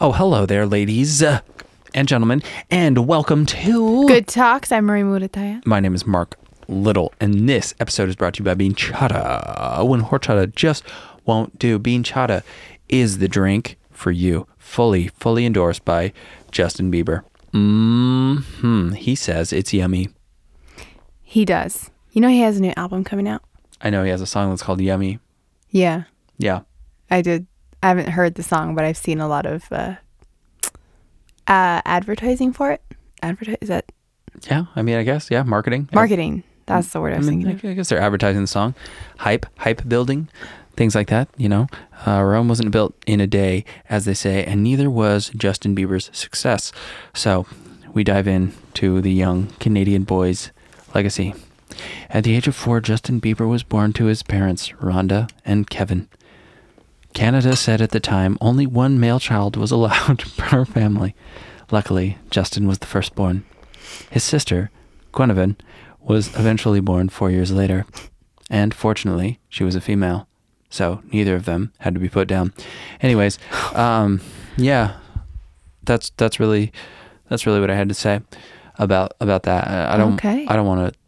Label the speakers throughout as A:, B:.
A: Oh, hello there, ladies uh, and gentlemen, and welcome to.
B: Good talks. I'm Marie Murataya.
A: My name is Mark Little, and this episode is brought to you by Bean Chata. When horchata just won't do, Bean Chata is the drink for you. Fully, fully endorsed by Justin Bieber. hmm He says it's yummy.
B: He does. You know he has a new album coming out.
A: I know he has a song that's called Yummy.
B: Yeah,
A: Yeah.
B: I did. I haven't heard the song, but I've seen a lot of uh, uh, advertising for it. Advertise is that
A: Yeah. I mean, I guess. Yeah. Mm. Mm-hmm. Marketing.
B: marketing? That's the word I
A: I
B: was
A: mean,
B: thinking.
A: I
B: of.
A: gu- I guess they're advertising the song, hype, hype building, things like that. You know, uh, Rome wasn't built in a day, as they say, and neither was Justin Bieber's success. So, we dive in to the young Canadian boy's legacy. At the age of four, Justin Bieber was born to his parents, Rhonda and Kevin. Canada said at the time only one male child was allowed per family. Luckily, Justin was the firstborn. His sister, Guinevere, was eventually born four years later. And fortunately, she was a female. So neither of them had to be put down. Anyways, um, yeah, that's that's really that's really what I had to say about about that. I, I don't
B: Okay.
A: I don't want to.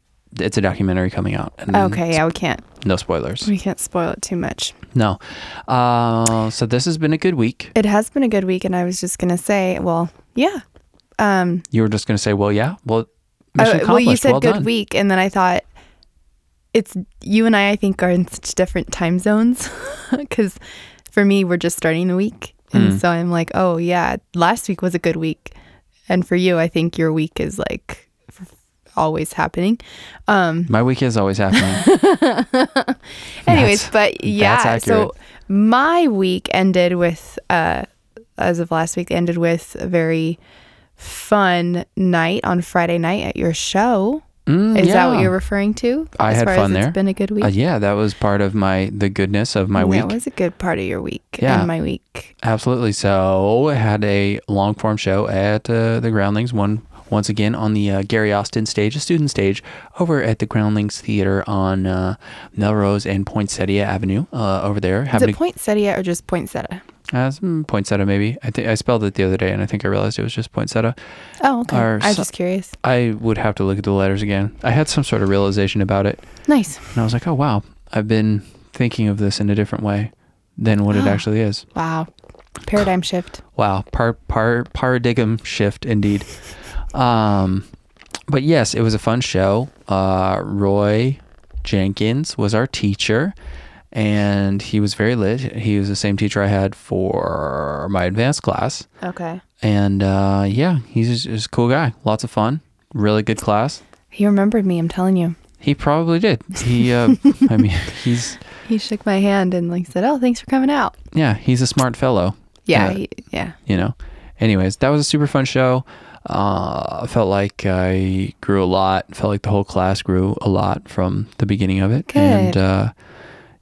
A: It's a documentary coming out. And then-
B: okay, yeah, we can't
A: No spoilers.
B: we can't spoil it too much.
A: No. Uh, so this has been a good week.
B: It has been a good week, and I was just gonna say, well, yeah. Um,
A: You were just going to say, well, yeah, well,
B: Oh,
A: mission accomplished.
B: well, you said
A: well
B: good
A: done.
B: week, and then I thought it's you and I. I think are in such different time zones because for me, we're just starting a week, and
A: Hmm.
B: so I'm like, oh yeah, last week was a good week, and for you, I think your week is like f- always happening. Um,
A: My week is always happening.
B: anyways,
A: That's-
B: but yeah,
A: that's
B: so my week ended with uh, as of last week ended with a very fun night on Friday night at your show.
A: Mm,
B: Is that
A: yeah.
B: what you're referring to?
A: I
B: as
A: had
B: far
A: fun
B: as
A: there.
B: It's been a good week.
A: Uh, yeah, that was part of my the goodness of my week.
B: That was a good part of your week
A: Yeah.
B: and my week.
A: Absolutely. So I had a long form show at uh, the Groundlings one once again on the uh, Gary Austin stage, a student stage, over at the Groundlings Theater on uh, Melrose and Poinsettia Avenue uh, over there.
B: Is
A: Having
B: it poinsettia or just poinsettia?
A: uh, some poinsettia maybe. I think I spelled it the other day, and I think I realized it was just poinsettia.
B: Oh, okay.
A: Or
B: I was
A: so-
B: just curious.
A: I would have to look at the letters again. I had some sort of realization about it,
B: Nice.
A: and I was like, "Oh wow, I've been thinking of this in a different way than what it actually is."
B: Wow. Paradigm shift.
A: Wow, par par paradigm shift indeed. Um, but yes, it was a fun show. Uh, Roy Jenkins was our teacher, and he was very lit. He was the same teacher I had for my advanced class,
B: Okay.
A: and uh, yeah, he's just, just a cool guy. Lots of fun. Really good class.
B: He remembered me. I'm telling you.
A: He probably did. He, uh, I mean, he's
B: He shook my hand and like said, "Oh, thanks for coming out."
A: yeah, he's a smart fellow.
B: Yeah.
A: Uh,
B: he- yeah.
A: you know. Anyways, that was a super fun show. Uh, I felt like I grew a lot. Felt like the whole class grew a lot from the beginning of it.
B: Good.
A: And uh,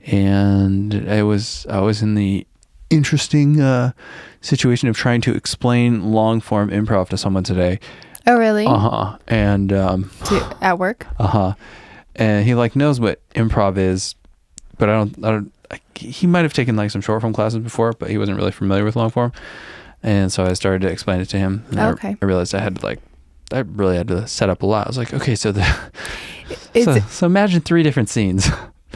A: and I was I was in the interesting uh, situation of trying to explain long form improv to someone today.
B: Oh, really?
A: Uh huh. And um,
B: To, at work?
A: uh huh. And he like knows what improv is, but I don't. I don't. I, he might have taken like some short form classes before, but he wasn't really familiar with long form. And so I started to explain it to him. And I- I,
B: Okay.
A: realized I had to like, I really had to set up a lot. I was like, okay, so the
B: It's
A: so, so imagine three different scenes,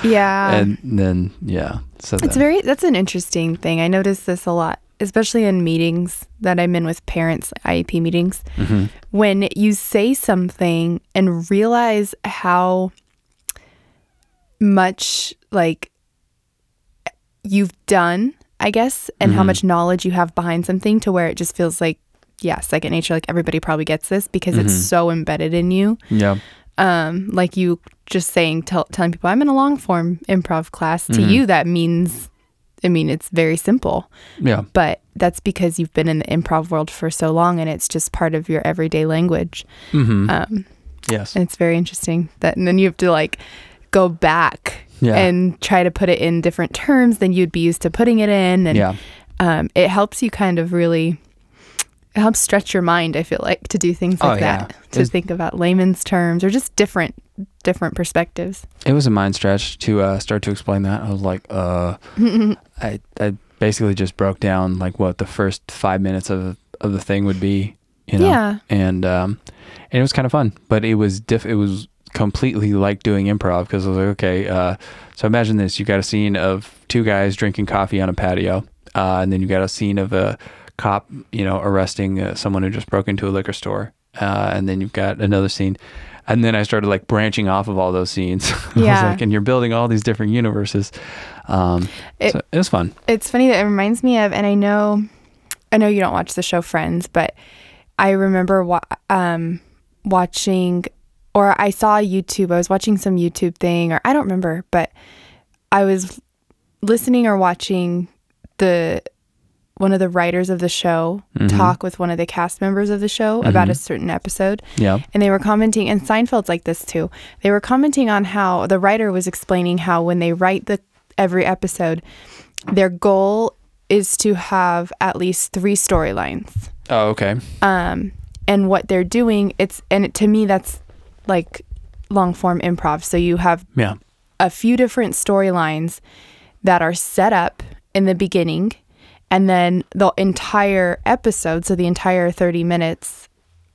B: yeah.
A: and uh, then yeah, so
B: It's
A: then-
B: very Ah. that's an interesting thing. I notice this a lot, especially in meetings that I'm in with parents, IEP meetings.
A: Mm-hmm.
B: When you say something and realize how much like you've done, I guess, and how much knowledge you have behind something to where it just feels like yeah, second nature like everybody probably gets this because it's so embedded in you
A: yeah,
B: um, like you just saying tell, telling people I'm in a long form improv class to you that means I mean it's very simple
A: yeah,
B: but that's because you've been in the improv world for so long and it's just part of your everyday language
A: mm-hmm.
B: um,
A: yes,
B: and it's very interesting that and then you have to like go back
A: Yeah.
B: and try to put it in different terms than you'd be used to putting it in and
A: yeah,
B: um, it helps you kind of really it helps stretch your mind i feel like to do things
A: Oh,
B: like
A: yeah.
B: that to
A: It's-
B: think about layman's terms or just different different perspectives
A: it was a mind stretch to uh, start to explain that. I was like, uh, I I basically just broke down like what the first five minutes of of the thing would be, you know.
B: Yeah.
A: And um, and it was kind of fun, but it was diff. It was completely like doing improv because I was like, okay, uh, so imagine this: you got a scene of two guys drinking coffee on a patio, uh, and then you got a scene of a cop, you know, arresting uh, someone who just broke into a liquor store, uh, and then you've got another scene. And then I started like branching off of all those scenes. I was
B: Yeah.
A: like, and you're building all these different universes. Um,
B: It-
A: so it was fun.
B: It's funny that it reminds me of, and I know, I know you don't watch the show Friends, but I remember wa- um, watching, or I saw YouTube. I was watching some YouTube thing, or I don't remember, but I was listening or watching the one of the writers of the show talk with one of the cast members of the show about a certain episode.
A: Yeah.
B: And they were commenting, and Seinfeld's like this too. They were commenting on how the writer was explaining how when they write the every episode, their goal is to have at least three storylines.
A: Oh, okay.
B: Um, and what they're doing, it's and to me that's like long form improv. So you have
A: Yeah.
B: a few different storylines that are set up in the beginning and then the entire episode so the entire 30 minutes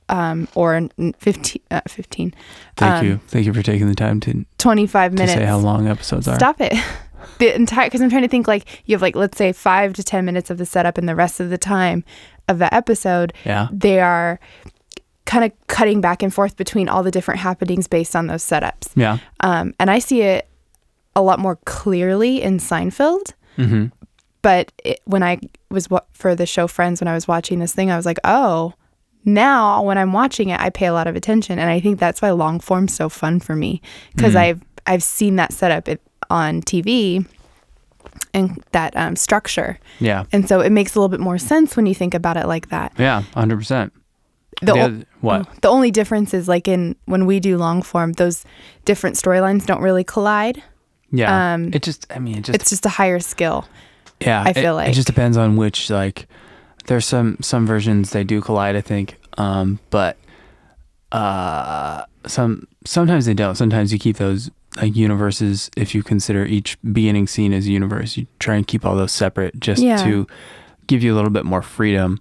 B: um, or n- 15, uh, 15
A: Thank
B: um,
A: you. Thank you for taking the time to,
B: 25
A: to
B: minutes
A: say how long episodes are.
B: stop it the entire because i'm trying to think like you have like let's say five to ten minutes of the setup and the rest of the time of the episode
A: Yeah.
B: they are kind of cutting back and forth between all the different happenings based on those setups
A: Yeah.
B: um, and I see it a lot more clearly in Seinfeld.
A: Mhm.
B: But it, when I was wa for the show Friends, when I was watching this thing, I was like, oh, now when I'm watching it, I pay a lot of attention, and I think that's why long form's so fun for me
A: Mm.
B: because I've I've seen that setup it, on TV and that um, structure,
A: Yeah.
B: and so it makes a little bit more sense when you think about it like that.
A: Yeah. 100%. The
B: The o-
A: oth- what?
B: the only difference is like in when we do long form, those different storylines don't really collide.
A: Yeah.
B: um,
A: it just, I mean, it just,
B: it's just a higher skill.
A: yeah.
B: I
A: it-
B: feel
A: It
B: like-
A: just depends on which, like, there's some, some versions they do collide, I think. Um, but, uh, some, sometimes they don't. Sometimes you keep those, like, universes, if you consider each beginning scene as a universe, you try and keep all those separate just
B: Yeah.
A: to give you a little bit more freedom.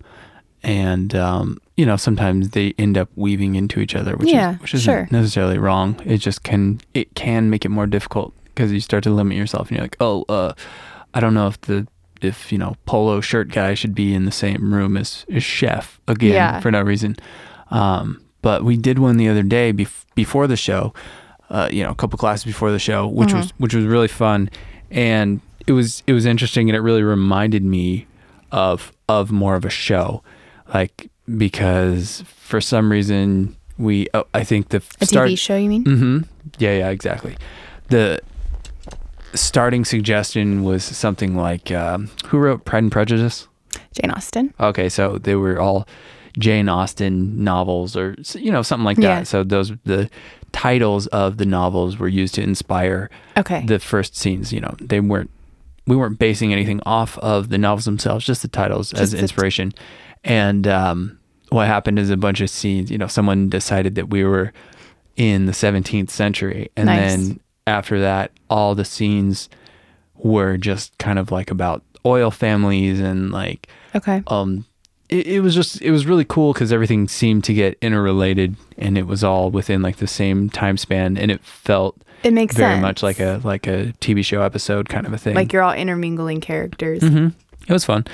A: And, um, you know, sometimes they end up weaving into each other, which
B: Yeah,
A: is, which isn't
B: sure.
A: necessarily wrong. It just can it can make it more difficult because you start to limit yourself, and you're like, oh, uh, I don't know if the if you know polo shirt guy should be in the same room as, as chef again
B: Yeah.
A: for no reason. Um, but we did one the other day bef- before the show, uh, you know, a couple classes before the show, which was
B: Mm-hmm.
A: which was really fun, and it was it was interesting, and it really reminded me of of more of a show, like because for some reason we oh, I think the
B: A
A: start
B: TV show, you mean?
A: hmm Yeah, yeah, exactly. The starting suggestion was something like um, who wrote Pride and Prejudice?
B: Jane Austen.
A: Okay, so they were all Jane Austen novels or s- you know something like that.
B: Yeah.
A: So those the titles of the novels were used to inspire
B: Okay.
A: the first scenes, you know. They weren't we weren't basing anything off of the novels themselves, just the titles as
B: Just the t-
A: inspiration. and um, what happened is a bunch of scenes, you know, someone decided that we were in the 17th century and
B: Nice.
A: then after that all the scenes were just kind of like about oil families and like
B: okay.
A: um it, it was just it was really cool because everything seemed to get interrelated and it was all within like the same time span and it felt
B: It makes
A: very
B: sense.
A: much like a like a tv show episode kind of a thing
B: like you're all intermingling characters.
A: hmm it was fun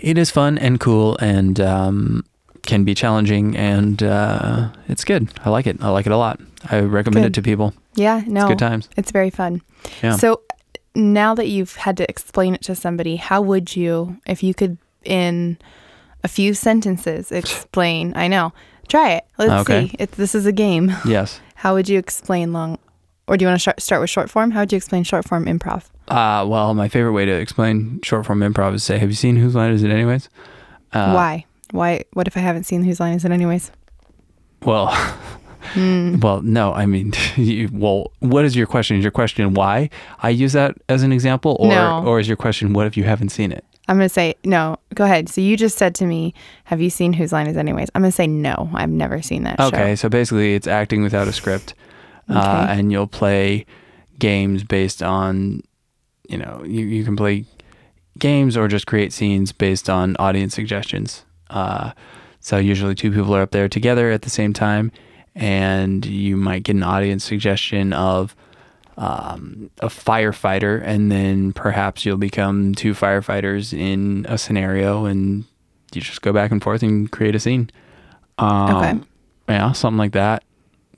A: it is fun and cool and um can be challenging and uh it's good i like it i like it a lot i recommend it
B: Good.
A: to people
B: Yeah. No.
A: it's good times
B: It's very fun.
A: Yeah.
B: So now that you've had to explain it to somebody, how would you, if you could, in a few sentences, explain? I know. Try it. Let's
A: Okay.
B: see. It's this is a game.
A: yes
B: How would you explain long? Or do you want to start start with short form? How would you explain short form improv?
A: uh well my favorite way to explain short form improv is say have you seen whose line is it anyways uh,
B: Why? Why? What if I haven't seen whose line is it anyways? Hmm,
A: Well, well, no. I mean, you, well, what is your question? Is your question why I use that as an example, or
B: No.
A: or is your question what if you haven't seen it?
B: I'm going to say, no, go ahead. So you just said to me, have you seen Whose Line Is Anyways? I'm going to say, no, I've never seen that
A: Okay, so basically, it's acting without a script, uh,
B: Okay.
A: and you'll play games based on, you know, you, you can play games or just create scenes based on audience suggestions. Uh, so usually two people are up there together at the same time, and you might get an audience suggestion of um, a firefighter, and then perhaps you'll become two firefighters in a scenario, and you just go back and forth and create a scene. Um,
B: Okay.
A: Yeah, something like that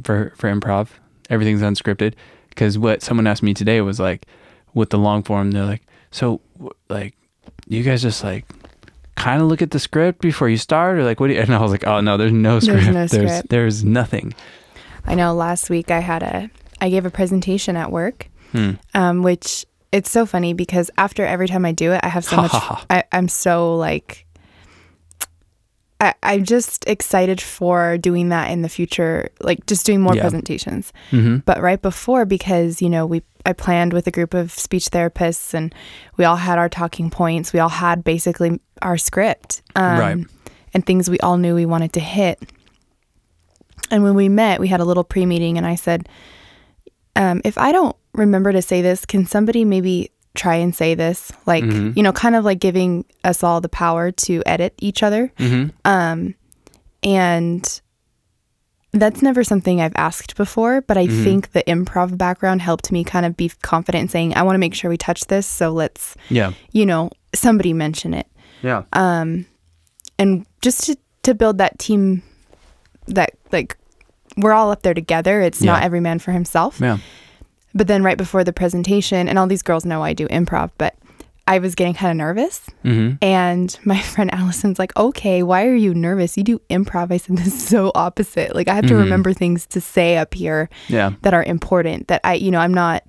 A: for for improv. Everything's unscripted. Because what someone asked me today was like, with the long form, they're like, so w- like, you guys just like kind of look at the script before you start, or like, what? Do you? And I was like, oh no, there's no
B: There's no
A: script. there's,
B: script.
A: there's nothing.
B: I know last week I had a I gave a presentation at work,
A: Hmm.
B: um, which it's so funny because after every time I do it, I have so much. I, I'm so like, I, I'm just excited for doing that in the future, like just doing more
A: Yeah.
B: presentations.
A: Mm-hmm.
B: But right before, because you know we. I planned with a group of speech therapists, and we all had our talking points. We all had basically our script, um,
A: Right.
B: and things we all knew we wanted to hit. And when we met, we had a little pre meeting, and I said, um, If I don't remember to say this, can somebody maybe try and say this? Like,
A: Mhm.
B: you know, kind of like giving us all the power to edit each other.
A: Mm-hmm.
B: Um, and that's never something I've asked before, but I think the improv background helped me kind of be confident in saying, I want to make sure we touch this. So let's,
A: Yeah.
B: you know, somebody mention it
A: Yeah.
B: Uh, and just to, to build that team that like we're all up there together it's not
A: Yeah.
B: every man for himself
A: yeah.
B: but then right before the presentation and all these girls know i do improv but i was getting kind of nervous
A: Mm-hmm.
B: and my friend allison's like okay why are you nervous you do improv i said this is so opposite like i have to remember things to say up here
A: Yeah.
B: that are important that i you know i'm not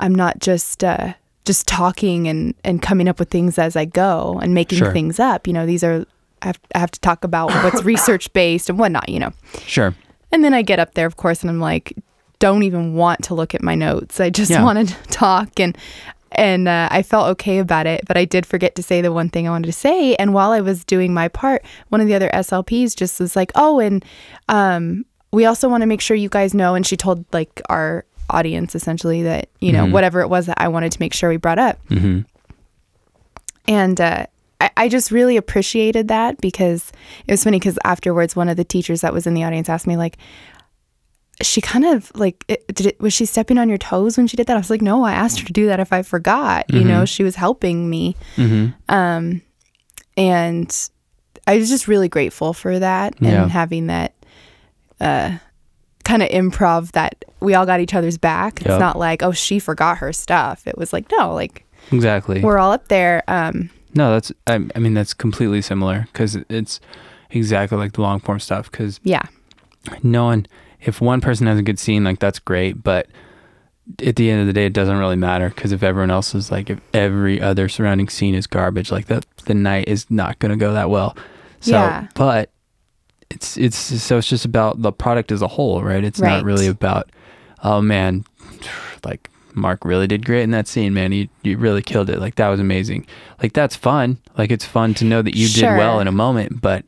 B: i'm not just uh just talking and and coming up with things as i go and making
A: Sure.
B: things up you know these are I have, I have to talk about what's research based and whatnot you know
A: Sure.
B: and then i get up there of course and i'm like don't even want to look at my notes i just
A: Yeah.
B: want to talk and and uh, i felt okay about it but i did forget to say the one thing i wanted to say and while i was doing my part one of the other slps just was like oh and um, we also want to make sure you guys know and she told like our audience essentially that you know whatever it was that i wanted to make sure we brought up
A: Mm-hmm.
B: and uh, I, I just really appreciated that because it was funny because afterwards one of the teachers that was in the audience asked me like she kind of like it, did it was she stepping on your toes when she did that i was like no i asked her to do that if i forgot you
A: Mm-hmm.
B: know she was helping me um and i was just really grateful for that
A: Yeah.
B: and having that uh kind of improv that we all got each other's back
A: Yep.
B: it's not like oh she forgot her stuff it was like no like
A: Exactly.
B: we're all up there um
A: No, that's I, I mean that's completely similar because it's exactly like the long form stuff. Because
B: yeah
A: no one, if one person has a good scene, like that's great, but at the end of the day, it doesn't really matter because if everyone else is like, if every other surrounding scene is garbage, like that, the night is not going to go that well. So,
B: Yeah.
A: but it's it's so it's just about the product as a whole, right? It's not
B: Right.
A: really about oh man, like Mark really did great in that scene, man. You you really killed it. Like that was amazing. Like that's fun. Like it's fun to know that you did well
B: Sure.
A: in a moment, but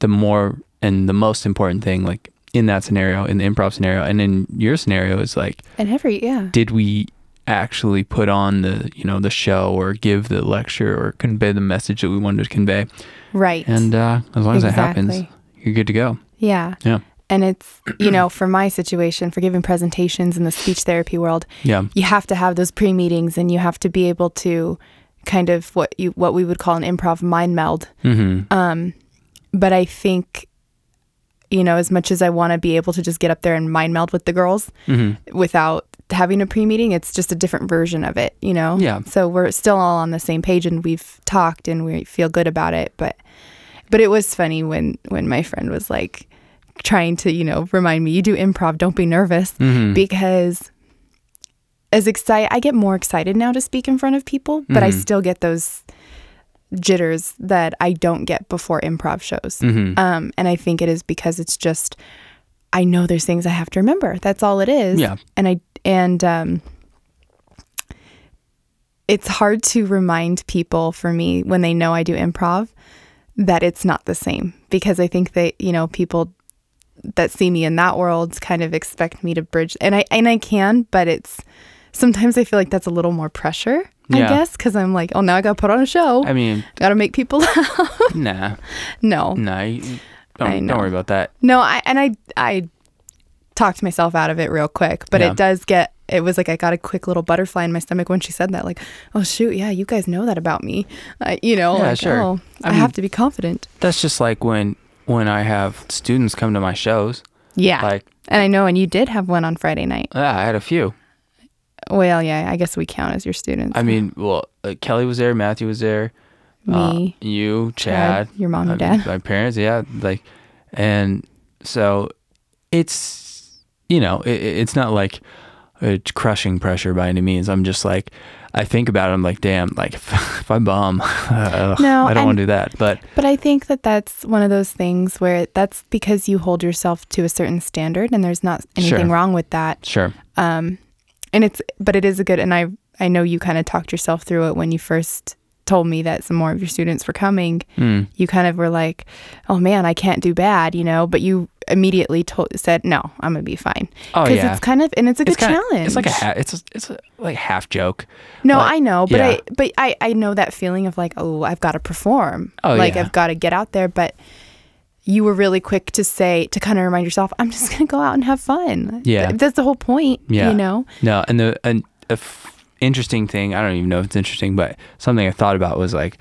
A: the more and the most important thing, like in that scenario, in the improv scenario, and in your scenario, is like
B: And every yeah.
A: did we actually put on the you know the show or give the lecture or convey the message that we wanted to convey
B: Right.
A: and uh, as long as that happens
B: Exactly.
A: you're good to go
B: yeah.
A: yeah
B: And it's you know, for my situation, for giving presentations in the speech therapy world,
A: yeah
B: you have to have those pre meetings and you have to be able to kind of what you what we would call an improv mind meld.
A: mm-hmm.
B: Um but I think you know, as much as I want to be able to just get up there and mind meld with the girls
A: mm-hmm.
B: without having a pre meeting, it's just a different version of it, you know?
A: Yeah.
B: So we're still all on the same page and we've talked and we feel good about it, but but it was funny when when my friend was like trying to, you know, remind me, you do improv, don't be nervous
A: Mm-hmm.
B: because as excited I get more excited now to speak in front of people, but
A: Mm-hmm.
B: I still get those jitters that I don't get before improv shows.
A: mm-hmm.
B: Um, and I think it is because it's just I know there's things I have to remember. That's all it is.
A: Yeah.
B: And I and um, it's hard to remind people for me when they know I do improv that it's not the same because I think that you know people that see me in that world kind of expect me to bridge and I and I can, but it's sometimes I feel like that's a little more pressure
A: Yeah.
B: I guess, because I'm like, oh, now I got to put on a show.
A: I mean,
B: got to make people laugh.
A: nah,
B: no,
A: nah. you-
B: I
A: Don't,
B: know.
A: don't worry about that.
B: no, I and I I talked myself out of it real quick, but
A: Yeah.
B: it does get. It was like I got a quick little butterfly in my stomach when she said that. Like, oh shoot, yeah, you guys know that about me. Uh, you know,
A: Yeah,
B: like,
A: sure.
B: oh,
A: I
B: I,
A: mean-
B: have to be confident.
A: That's just like when when I have students come to my shows.
B: Yeah,
A: Like,
B: and I know, and you did have one on Friday night.
A: ah, I had a few.
B: Well, yeah, I guess we count as your students.
A: I mean, well, uh, Kelly was there, Matthew was there, uh,
B: me,
A: you, Chad,
B: Brad, your mom and
A: I mean,
B: dad.
A: my parents. Yeah, like, and so it's you know it, it- it's not like a crushing pressure by any means. I'm just like I think about it. I'm like, damn, like if, I bomb, ugh,
B: No,
A: I don't want
B: and-
A: to do that. But
B: But I think that that's one of those things where that's because you hold yourself to a certain standard, and there's not anything
A: Sure.
B: wrong with that.
A: sure,
B: Um, and it's, but it is a good. And I, I know you kind of talked yourself through it when you first told me that some more of your students were coming.
A: Mm,
B: You kind of were like, "Oh man, I can't do bad," you know. But you immediately told said, "No, I'm gonna be fine."
A: Oh, yeah.
B: it's kind of, and it's a
A: it's
B: good
A: kinda-
B: challenge.
A: It's like a ha- it's a, it's a, like half joke.
B: No,
A: Like,
B: I know, but
A: yeah.
B: I but I I know that feeling of like, oh, I've got to perform.
A: Oh,
B: like
A: yeah.
B: I've got to get out there, but you were really quick to say to kind of remind yourself, I'm just going to go out and have fun.
A: Yeah.
B: Th- that's the whole point,
A: Yeah.
B: you know.
A: No, and the and a f- interesting thing, I don't even know if it's interesting, but something I thought about was like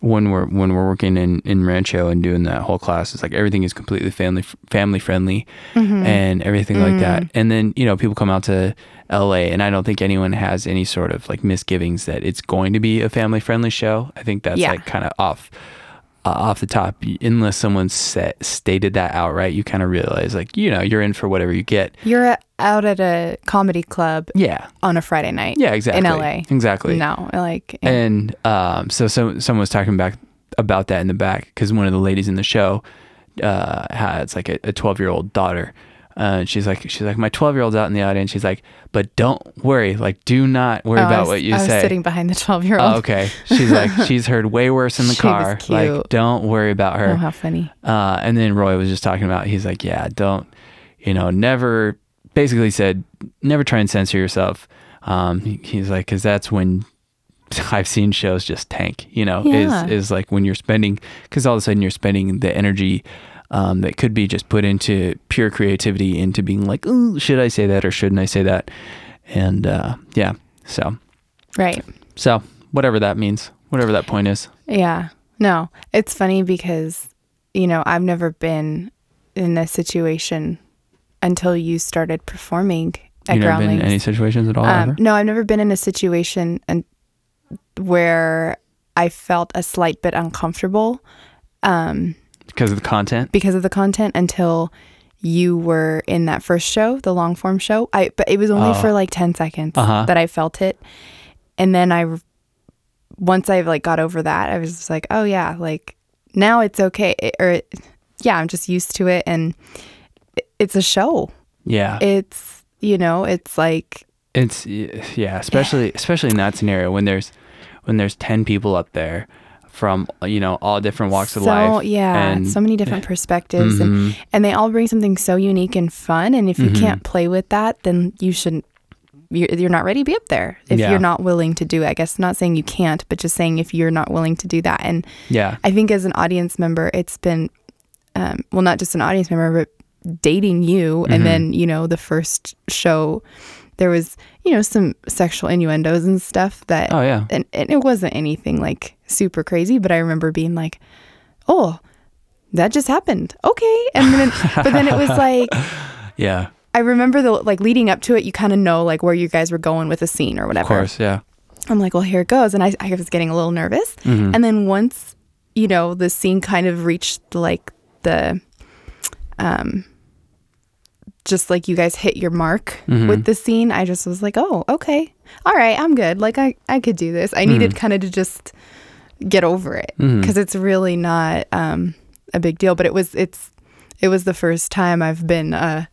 A: when we're when we're working in in Rancho and doing that whole class, it's like everything is completely family family friendly
B: Mm-hmm.
A: and everything like
B: Mm.
A: that. And then you know people come out to L.A. and I don't think anyone has any sort of like misgivings that it's going to be a family friendly show. I think that's
B: Yeah.
A: like kind of off. Uh, off the top, unless someone set, stated that outright, you kind of realize, like, you know, you're in for whatever you get.
B: You're a- out at a comedy club
A: Yeah,
B: on a Friday night.
A: yeah, exactly.
B: In LA.
A: Exactly.
B: No, like
A: And um, so, so someone was talking back about that in the back because one of the ladies in the show uh, has like a 12 year old daughter. Uh, and she's like, she's like, my 12 year old's out in the audience. She's like, but don't worry, like, do not worry
B: Oh, I
A: about
B: was-
A: what you
B: I was
A: say.
B: sitting behind the 12-year-old.
A: Oh, okay. She's like, she's heard way worse in the
B: She was
A: car. Like,
B: cute.
A: don't worry about her.
B: Oh, how funny.
A: Uh, and then Roy was just talking about, he's like, yeah, don't, you know, never, basically said, never try and censor yourself. Um, he- he's like, cause that's when I've seen shows just tank, you know,
B: Yeah.
A: is, is like when you're spending, cause all of a sudden you're spending the energy, um, that could be just put into pure creativity into being like, Ooh, should I say that or shouldn't I say that? And, uh, yeah. So,
B: Right.
A: so whatever that means, whatever that point is.
B: Yeah. No, it's funny because, you know, I've never been in a situation until you started performing at
A: you never been
B: Groundlings.
A: in any situations at all
B: um,
A: ever?
B: no, I've never been in a situation and where I felt a slight bit uncomfortable um,
A: Because of the content?
B: because of the content until you were in that first show, the long form show. I but it was only
A: Oh.
B: for like ten seconds
A: Uh-huh.
B: that I felt it, and then I, once I like got over that, I was just like, oh yeah, like now it's okay, It- or yeah, I'm just used to it, and it- it's a show.
A: Yeah.
B: It's you know, it's like
A: It's yeah, especially especially in that scenario when there's when there's ten people up there from you know all different walks
B: so
A: of life.
B: yeah,
A: and Mm-hmm.
B: so many different perspectives, and and they all bring something so unique and fun. And if you can't play with that, then you shouldn't. You're, you're not ready to be up there if
A: Yeah.
B: you're not willing to do it. I guess not saying you can't, but just saying if you're not willing to do that. And
A: yeah,
B: I think as an audience member, it's been, um, well, not just an audience member, but dating you. And then, you know, the first show, there was, you know, some sexual innuendos and stuff that,
A: oh yeah,
B: and, and it wasn't anything like super crazy, but I remember being like, oh, that just happened. Okay. And then, but then it was like,
A: yeah,
B: I remember the, like leading up to it, you kind of know like where you guys were going with a scene or whatever.
A: of course, yeah,
B: I'm like, well, here it goes. And I, I was getting a little nervous.
A: Mm. Mm-hmm.
B: And then once, you know, the scene kind of reached like the, um, just like you guys hit your mark
A: Mm-hmm.
B: with the scene, I just was like, oh, okay. All right. I'm good. Like, I, I could do this. I
A: Mm-hmm.
B: needed kind of to just get over it because
A: Mm.
B: it's really not um, a big deal. But it was, it's, it was the first time I've been, uh,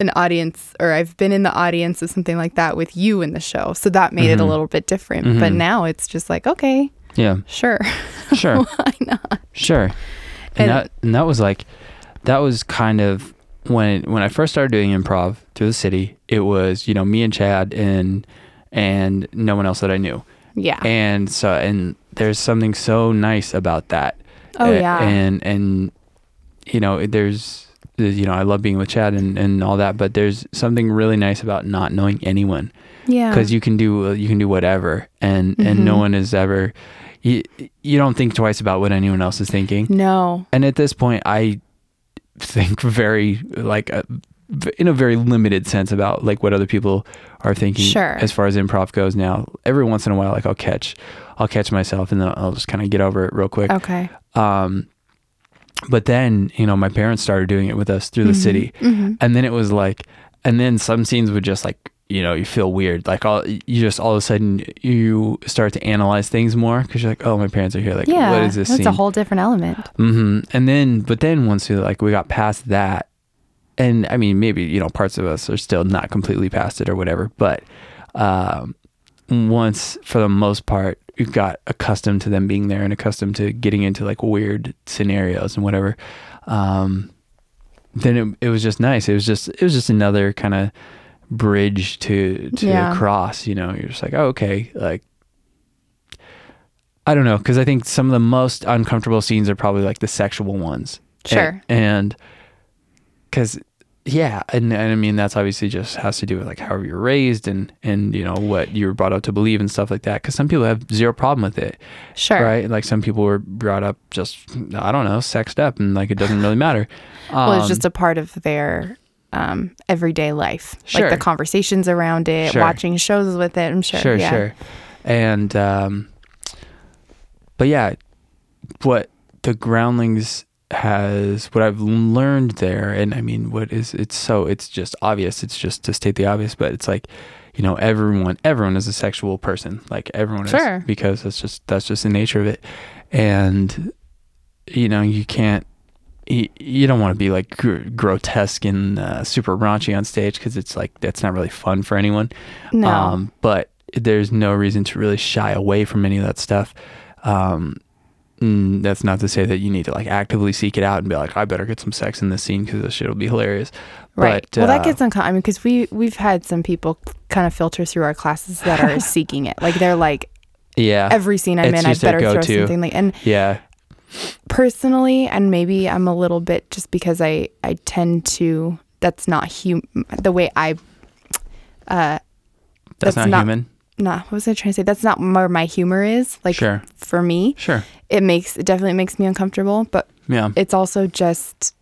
B: an audience or I've been in the audience of something like that with you in the show. So that made
A: Mm-hmm.
B: it a little bit different. But now it's just like, okay,
A: yeah,
B: sure.
A: sure, why not? Sure, and,
B: And-
A: that and that was like that was kind of when when I first started doing improv through the city. It was you know me and Chad and and no one else that I knew.
B: Yeah.
A: and so and there's something so nice about that
B: Oh,
A: A-
B: yeah.
A: and and you know there's there's- you know I love being with Chad and and all that but there's something really nice about not knowing anyone
B: yeah.
A: because you can do you can do whatever and and no
B: Mhm.
A: one is ever you you don't think twice about what anyone else is thinking
B: No.
A: and at this point I think very like uh, v- in a very limited sense about like what other people are thinking
B: Sure.
A: as far as improv goes now every once in a while like I'll catch I'll catch myself and then I'll just kind of get over it real quick
B: Okay.
A: um, but then, you know, my parents started doing it with us
B: Mm-hmm.
A: through the city. And then it was like, and then some scenes would just like, you know, you feel weird. Like all, you just all of a sudden you start to analyze things more because you're like, oh, my parents are here. Like,
B: Yeah.
A: what is this
B: That's
A: scene?
B: a whole different element.
A: hmm And then, but then once we like we got past that, and I mean maybe you know parts of us are still not completely past it or whatever, but um, once for the most part we got accustomed to them being there and accustomed to getting into like weird scenarios and whatever. Um, then it, it was just nice. It was just it was just another kind of bridge to to
B: Yeah.
A: cross. You know, you're just like oh, okay, like I don't know, because I think some of the most uncomfortable scenes are probably like the sexual ones.
B: Sure.
A: And because, yeah, and, and I mean that's obviously just has to do with like how you're raised and and you know what you were brought up to believe and stuff like that. Because some people have zero problem with it,
B: Sure.
A: right? Like some people were brought up just I don't know, sexed up, and like it doesn't really matter.
B: Well, it's
A: Um,
B: just a part of their um, everyday life. Like
A: Sure.
B: the conversations around it,
A: Sure.
B: watching shows with it, I'm sure.
A: sure,
B: yeah.
A: sure. And um, but yeah, what the groundlings has, what I've learned there, and I mean, what is it's so it's just obvious. It's just to state the obvious, but it's like you know, everyone, everyone is a sexual person. Like everyone
B: Sure.
A: is because that's just that's just the nature of it, and you know, you can't. You, you don't want to be like gr- grotesque and uh, super raunchy on stage because it's like that's not really fun for anyone.
B: No.
A: Um, but there's no reason to really shy away from any of that stuff. Um, mm, that's not to say that you need to like actively seek it out and be like, I better get some sex in this scene because this shit will be hilarious.
B: Right.
A: But,
B: well,
A: uh,
B: that gets uncomfortable. I mean, because we we've had some people kind of filter through our classes that are seeking it. Like they're like,
A: yeah,
B: every scene I'm
A: Uh, It's
B: in, I
A: just their
B: better throw
A: go-to.
B: something. Like, and
A: yeah,
B: personally, and maybe I'm a little bit just because I I tend to. That's not hum. The way I. Uh,
A: that's,
B: That's
A: not,
B: not-
A: human.
B: nah, what was I trying to say? That's not where my humor is. Like
A: Sure.
B: for me,
A: Sure.
B: it makes it definitely makes me uncomfortable. But
A: Yeah.
B: it's also just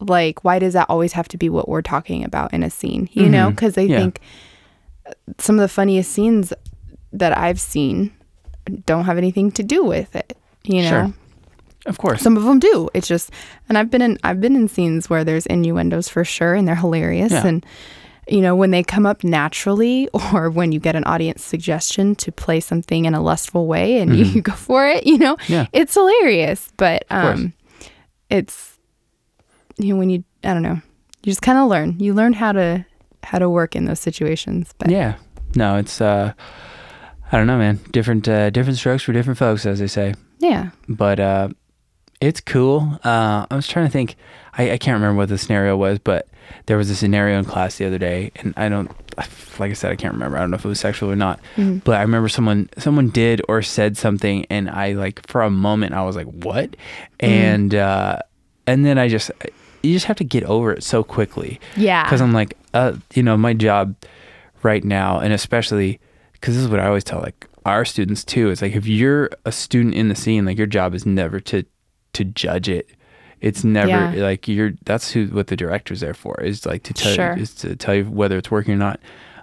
B: like why does that always have to be what we're talking about in a scene you know?
A: Mhm.
B: 'Cause know because i
A: Yeah.
B: think uh, some of the funniest scenes that i've seen don't have anything to do with it you know
A: Sure. of course.
B: some of them do it's just and i've been in i've been in scenes where there's innuendos for sure and they're hilarious
A: Yeah.
B: and you know when they come up naturally or when you get an audience suggestion to play something in a lustful way and
A: Mm-hmm.
B: you go for it you know
A: Yeah.
B: it's hilarious but
A: course.
B: um it's you know when you i don't know you just kind of learn you learn how to how to work in those situations but
A: yeah. No, it's uh, I don't know, man. Different uh, different strokes for different folks, as they say.
B: yeah
A: but uh, it's cool. Uh, I was trying to think. I, I can't remember what the scenario was, but there was a scenario in class the other day, and I don't. Like I said, I can't remember. I don't know if it was sexual or not, but I remember someone someone did or said something, and I like for a moment I was like, "What?" and uh, and then I just you just have to get over it so quickly.
B: Yeah.
A: because I'm like, uh, you know, my job right now, and especially because this is what I always tell like our students too. It's like if you're a student in the scene, like your job is never to to judge it. It's never
B: Yeah.
A: like you're. That's who what the director's there for is like to tell
B: Sure.
A: is to tell you whether it's working or not.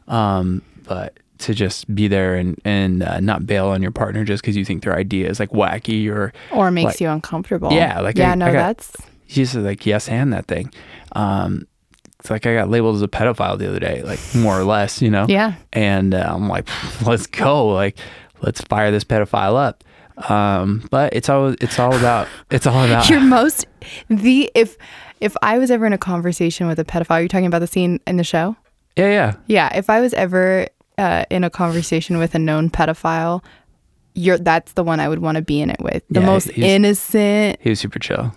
A: Um, but to just be there and and uh, not bail on your partner just because you think their idea is like wacky or
B: or makes
A: like,
B: you uncomfortable
A: Yeah, like,
B: yeah
A: I-
B: no
A: I got-
B: that's
A: She's just like yes and that thing. Um, it's like I got labeled as a pedophile the other day, like more or less, you know.
B: Yeah.
A: And uh, I'm like, let's go, like let's fire this pedophile up. Um, but it's all it's all about it's all about
B: your most the if if I was ever in a conversation with a pedophile, you're talking about the scene in the show.
A: yeah yeah
B: Yeah, if I was ever uh, in a conversation with a known pedophile, you're that's the one I would want to be in it with. The
A: Yeah,
B: most
A: he's-
B: innocent,
A: he was super chill.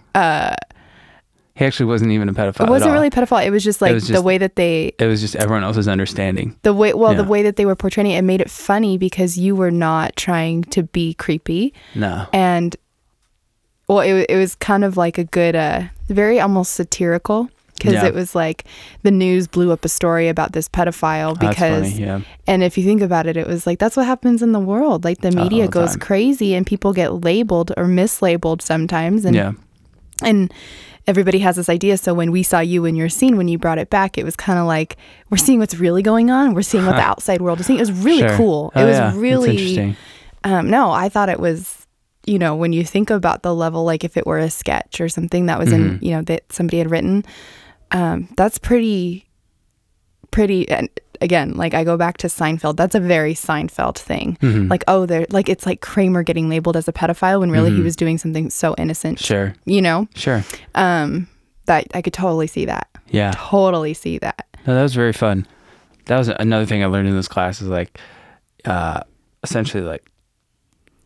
A: He actually wasn't even a pedophile.
B: Uh, it
A: at
B: wasn't
A: all.
B: really pedophile. It was just like
A: was
B: the
A: just-
B: way that they
A: It was just everyone else's understanding.
B: the way well
A: Yeah.
B: the way that they were portraying it. It made it funny because you were not trying to be creepy
A: No. Oh,
B: and well it, wa- it was kind of like a good uh very almost satirical because
A: Yeah.
B: it was like the news blew up a story about this pedophile
A: Oh, That's funny,
B: because
A: yeah.
B: and if you think about it it was like that's what happens in the world like the media
A: Oh, all the
B: goes
A: time.
B: crazy and people get labeled or mislabeled sometimes and
A: Yeah.
B: and everybody has this idea so when we saw you in your scene when you brought it back it was kind of like we're seeing what's really going on we're seeing what the outside world is seeing it was really
A: Sure.
B: cool
A: Oh,
B: it was
A: yeah. That's
B: really
A: interesting.
B: um, no, I thought it was, you know, when you think about the level, like if it were a sketch or something that was in,
A: Mm-hmm.
B: you know, that somebody had written, um, that's pretty, pretty. And again, like I go back to Seinfeld. That's a very Seinfeld thing.
A: Mm-hmm. Mm.
B: Like, oh, they're like it's like Kramer getting labeled as a pedophile when really he was doing something so innocent.
A: Mm-hmm. Sure.
B: You know,
A: Sure.
B: um, that I could totally see that.
A: Yeah.
B: Totally see that.
A: No, that was very fun. That was another thing I learned in this class is like, uh, essentially like,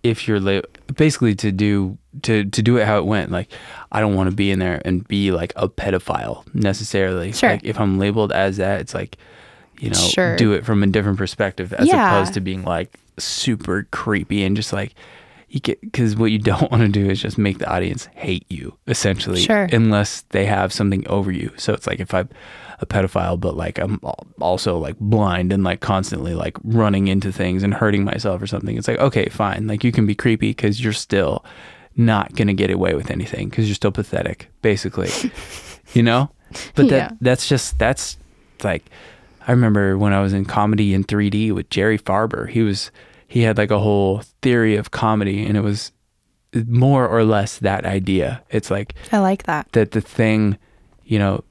A: if you're la- basically to do to to do it how it went. Like, I don't want to be in there and be like a pedophile necessarily.
B: Sure.
A: Like, if I'm labeled as that, it's like, you know,
B: Sure.
A: do it from a different perspective as
B: Yeah.
A: opposed to being like super creepy and just like. You get because what you don't want to do is just make the audience hate you essentially,
B: Sure.
A: unless they have something over you. So it's like if I'm a pedophile, but like I'm al- also like blind and like constantly like running into things and hurting myself or something. It's like okay, fine. Like you can be creepy because you're still not gonna get away with anything because you're still pathetic, basically. you know. But that
B: Yeah.
A: that's just that's like I remember when I was in comedy in 3D with Jerry Farber. He was he had like a whole theory of comedy, and it was more or less that idea. It's like
B: I like that.
A: that the thing, you know,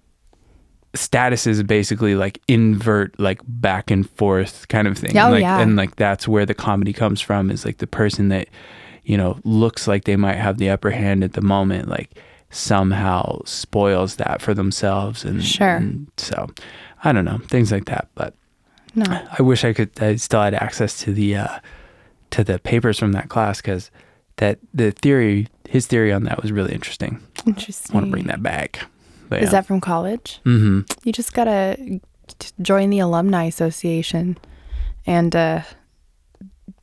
A: status is basically like invert, like back and forth kind of thing.
B: Oh,
A: and like,
B: yeah.
A: And like that's where the comedy comes from is like the person that, you know, looks like they might have the upper hand at the moment, like somehow spoils that for themselves. And,
B: Sure.
A: and so I don't know, things like that. But
B: No,
A: I wish I could. I still had access to the uh, to the papers from that class because that the theory, his theory on that was really interesting. I
B: interesting.
A: want to bring that back. But
B: Mm. Is that from college?
A: hmm
B: You just gotta t- join the alumni association, and uh,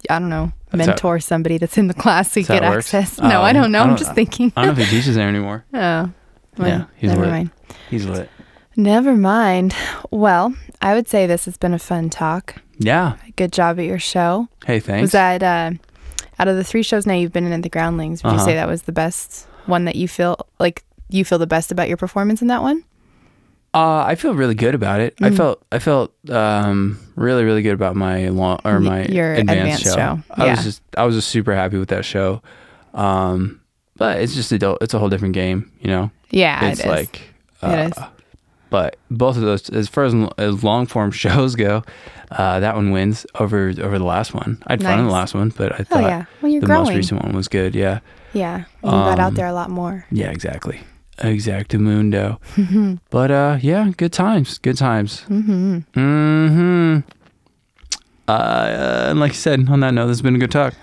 B: I don't know,
A: That's how-
B: mentor somebody that's in the class to
A: That's how
B: get
A: it works?
B: access. No,
A: Oh,
B: I don't know.
A: I
B: I'm
A: don't-
B: just thinking.
A: I don't know if he teaches there anymore.
B: Oh, well,
A: Yeah, he's
B: never
A: lit.
B: mind.
A: He's lit.
B: Never mind. Well, I would say this has been a fun talk.
A: Yeah.
B: Good job at your show.
A: Hey,
B: Was
A: thanks.
B: that uh, out of the three shows now you've been in at the Groundlings? Would you
A: Uh-huh.
B: say that was the best one that you feel like you feel the best about your performance in that one?
A: uh, I feel really good about it.
B: Mm.
A: I felt I felt um, really really good about my long or my
B: your
A: advanced,
B: advanced
A: show.
B: show.
A: I
B: Yeah.
A: was just I was just super happy with that show. Um, but it's just a do- it's a whole different game, you know.
B: Yeah,
A: it's
B: Ah, it is.
A: like uh,
B: It is.
A: But both of those, as far as, as long form shows go, uh, that one wins over over the last one. I had fun in the
B: Nice.
A: last one, but I
B: oh
A: thought
B: yeah. Well, you're
A: the
B: growing.
A: most recent one was good. Yeah.
B: Yeah, you got out
A: Um,
B: there a lot more.
A: Yeah, exactly. Exactamundo. but uh, yeah, good times. Good times.
B: hmm
A: Mm-hmm. Uh, and like I said, on that note, this has been a good talk.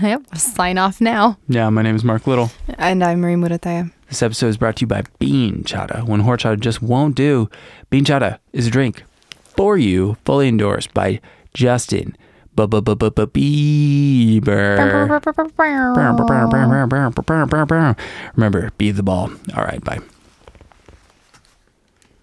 B: yep. Sign off now.
A: Yeah, my name is Mark Little.
B: And I'm Marie Murataya.
A: This episode is brought to you by Bean Chata. When horchata just won't do, Bean Chata is a drink for you, fully endorsed by Justin Bieber. Remember, be the ball. All right, bye.